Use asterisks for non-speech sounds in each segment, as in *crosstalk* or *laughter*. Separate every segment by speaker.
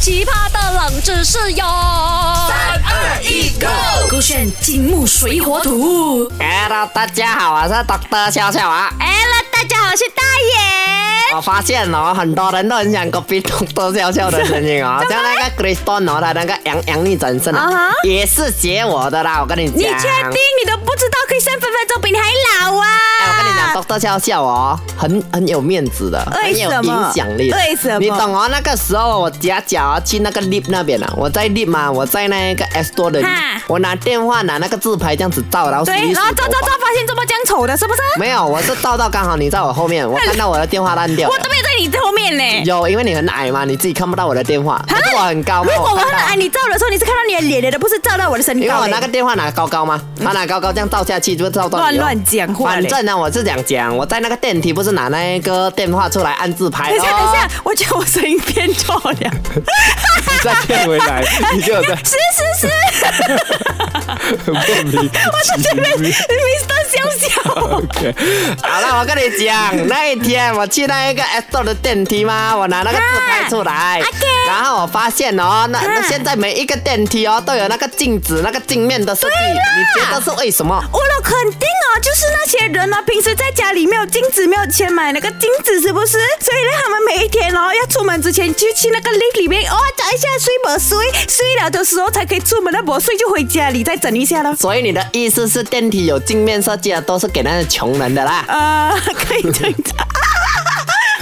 Speaker 1: 奇葩的冷知识哟！三
Speaker 2: 二一，Go！
Speaker 1: 勾选金木水火土。
Speaker 2: Hello，大家好，我是 Doctor 笑笑啊。
Speaker 1: Hello，大家好，我是大爷。
Speaker 2: 我发现哦，很多人都很想 copy *laughs* Doctor 笑笑的声
Speaker 1: *laughs*
Speaker 2: 音哦，像那个 Kristen 哦，他那个杨杨丽转身啊，也是学我的啦。我跟你讲，
Speaker 1: 你确定你都不知道 Kristen 分分钟比你还老啊？
Speaker 2: 哎我跟你讲，Doctor 笑笑哦，很很有面子的，很有影响力。
Speaker 1: 为什么？
Speaker 2: 你懂哦？那个时候我夹脚啊去那个 lift 那边啊了，我在 lift 嘛，我在那个 S 多的，我拿电话拿那个自拍这样子照，然后
Speaker 1: 对，然后照照照，发现这么这样丑的，是不是？
Speaker 2: 没有，我是照到刚好你在我后面，我看到我的电话烂掉。
Speaker 1: 我都没有在你后面 *laughs* 呢。
Speaker 2: 有，因为你很矮嘛，你自己看不到我的电话。可是我很高。
Speaker 1: 如果我很矮，你照的时候你是看到你的脸的，不是照到我的身高。哎
Speaker 2: 因为哎我那个电话拿高高吗？他拿高高这样照下去就照到。
Speaker 1: 嗯
Speaker 2: 哦
Speaker 1: 乱乱讲话。
Speaker 2: 反正呢，我是讲讲，我在那个电梯不是拿那个电话出来按自拍。哦
Speaker 1: 等一下，等一下，我觉得我声音变错
Speaker 2: *laughs*
Speaker 1: 了。
Speaker 3: 你再变回来，你给我再。
Speaker 1: 是是
Speaker 2: *laughs*
Speaker 1: 是。
Speaker 3: 很莫名。
Speaker 1: 我在这边，Mr. 笑笑。
Speaker 3: OK，
Speaker 2: 好了，我跟你讲，那一天我去那一个 S 座的电梯嘛，我拿那个自拍出
Speaker 1: 啊
Speaker 2: 来，然后我发现哦，那那现在每一个电梯哦都有那个镜子、那个镜面的设计，你觉得是为什么？
Speaker 1: 我老肯定哦，就是那些人哦，平时在家里没有镜子，没有钱买那个镜子，是不是？所以呢，他们每一天哦要出门之前就去那个 lift 里面哦找一下睡不睡，睡了的时候才可以出门，那不睡就回家里再整一
Speaker 2: *laughs*
Speaker 1: 下了。
Speaker 2: 所以你的意思是电梯有镜面设计的都是给那些穷人的啦？
Speaker 1: 呃，可以这样子。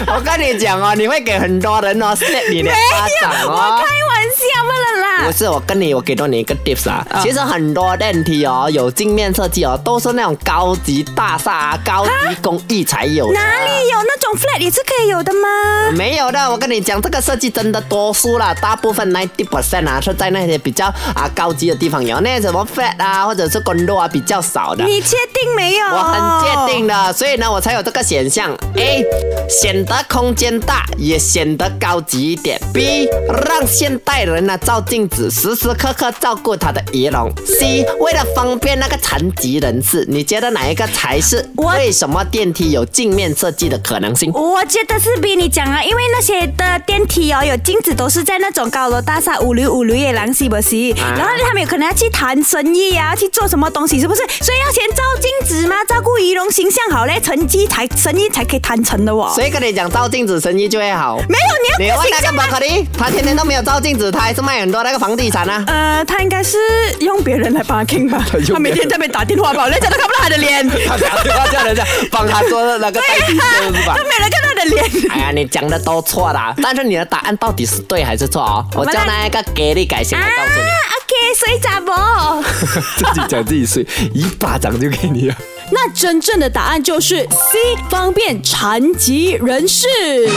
Speaker 2: 我跟你讲哦，你会给很多
Speaker 1: *laughs*
Speaker 2: 人哦 slap 你的巴掌
Speaker 1: 哦。我开玩笑嘛啦啦。
Speaker 2: 不是，我跟你，我给到你一个 tips 啊。其实很多电梯哦，有镜面设计哦，都是那种高级大厦、啊、高级工艺才有。啊
Speaker 1: 哪里有那种 flat 也是可以有的吗？
Speaker 2: 没有的，我跟你讲，这个设计真的多数啦，大部分 ninety percent 啊是在那些比较啊高级的地方有，那些什么 flat 啊或者是 condo 啊比较少的。
Speaker 1: 你确定没有？
Speaker 2: 我很确定的，所以呢，我才有这个选项 A 显。得空间大，也显得高级一点。B 让现代人呢、啊、照镜子，时时刻刻照顾他的仪容。C 为了方便那个残疾人士，你觉得哪一个才是？为什么电梯有镜面设计的可能性？
Speaker 1: 我觉得是比你讲啊，因为那些的电梯哦有镜子都是在那种高楼大厦五楼五楼也狼西不西，啊、然后他们有可能要去谈生意啊，去做什么东西是不是？所以要先照镜子嘛，照顾仪容形象好嘞，成绩才生意才可以谈成的哦。
Speaker 2: 所以跟你。讲照镜子生意就会 *laughs* 好，
Speaker 1: 没有你
Speaker 2: 要
Speaker 1: 你
Speaker 2: 问那个马克利， *laughs* 他天天都没有照镜子，他还是卖很多那个房地产啊。
Speaker 1: 呃，他应该是用别人来帮他 king 吧，他,他每天在那边打电话吧，人家都看不到他的
Speaker 2: *laughs*
Speaker 1: 脸。
Speaker 2: *laughs* 他打电话叫人家帮他做那个代笔收是吧？
Speaker 1: 都没有人看他的脸。
Speaker 2: *laughs* 哎呀，你讲的都错啦，但是你的答案到底是对还是错哦？我叫那个给力改姓来告诉你。啊
Speaker 1: ，OK，睡咋不？
Speaker 3: 自己讲自己睡，一巴掌就给你了。
Speaker 4: 那真正的答案就是 C，方便残疾人士。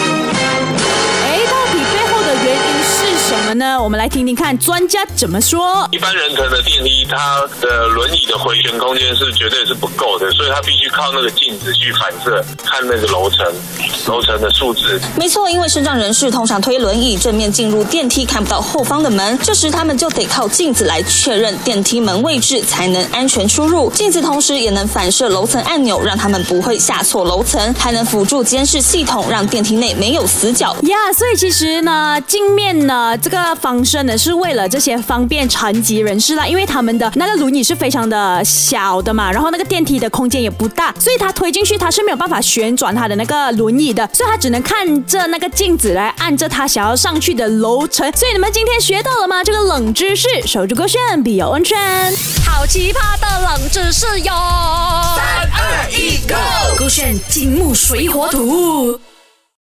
Speaker 4: 哎，到底背后的原因是什么呢？我们来听听看专家怎么说。
Speaker 5: 一般人乘的电梯，它的轮椅的回旋空间是绝对是不够的，所以它必须靠那个镜子去反射，看那个楼层、楼层的数字。
Speaker 6: 没错，因为视障人士通常推轮椅正面进入电梯，看不到后方的门，这时他们就得靠镜子来确认电梯门位置，才能安全出入。镜子同时也能反射。这楼层按钮让他们不会下错楼层，还能辅助监视系统，让电梯内没有死角
Speaker 4: 呀。Yeah, 所以其实呢，镜面呢这个方式呢是为了这些方便残疾人士啦，因为他们的那个轮椅是非常的小的嘛，然后那个电梯的空间也不大，所以他推进去他是没有办法旋转他的那个轮椅的，所以他只能看着那个镜子来按着他想要上去的楼层。所以你们今天学到了吗？这个冷知识，守住勾选必有温泉，
Speaker 1: 好奇葩的冷知识哟！
Speaker 2: 三二一，Go！
Speaker 1: 勾选金木水火土。